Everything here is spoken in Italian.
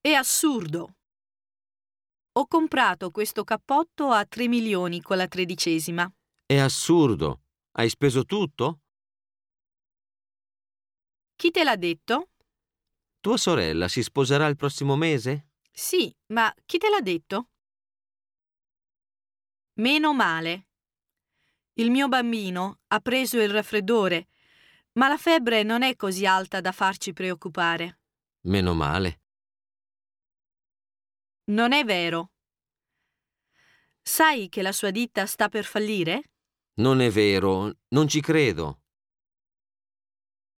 È assurdo! Ho comprato questo cappotto a 3 milioni con la tredicesima. È assurdo. Hai speso tutto? Chi te l'ha detto? Tua sorella si sposerà il prossimo mese? Sì, ma chi te l'ha detto? Meno male. Il mio bambino ha preso il raffreddore, ma la febbre non è così alta da farci preoccupare. Meno male. Non è vero. Sai che la sua ditta sta per fallire? Non è vero, non ci credo.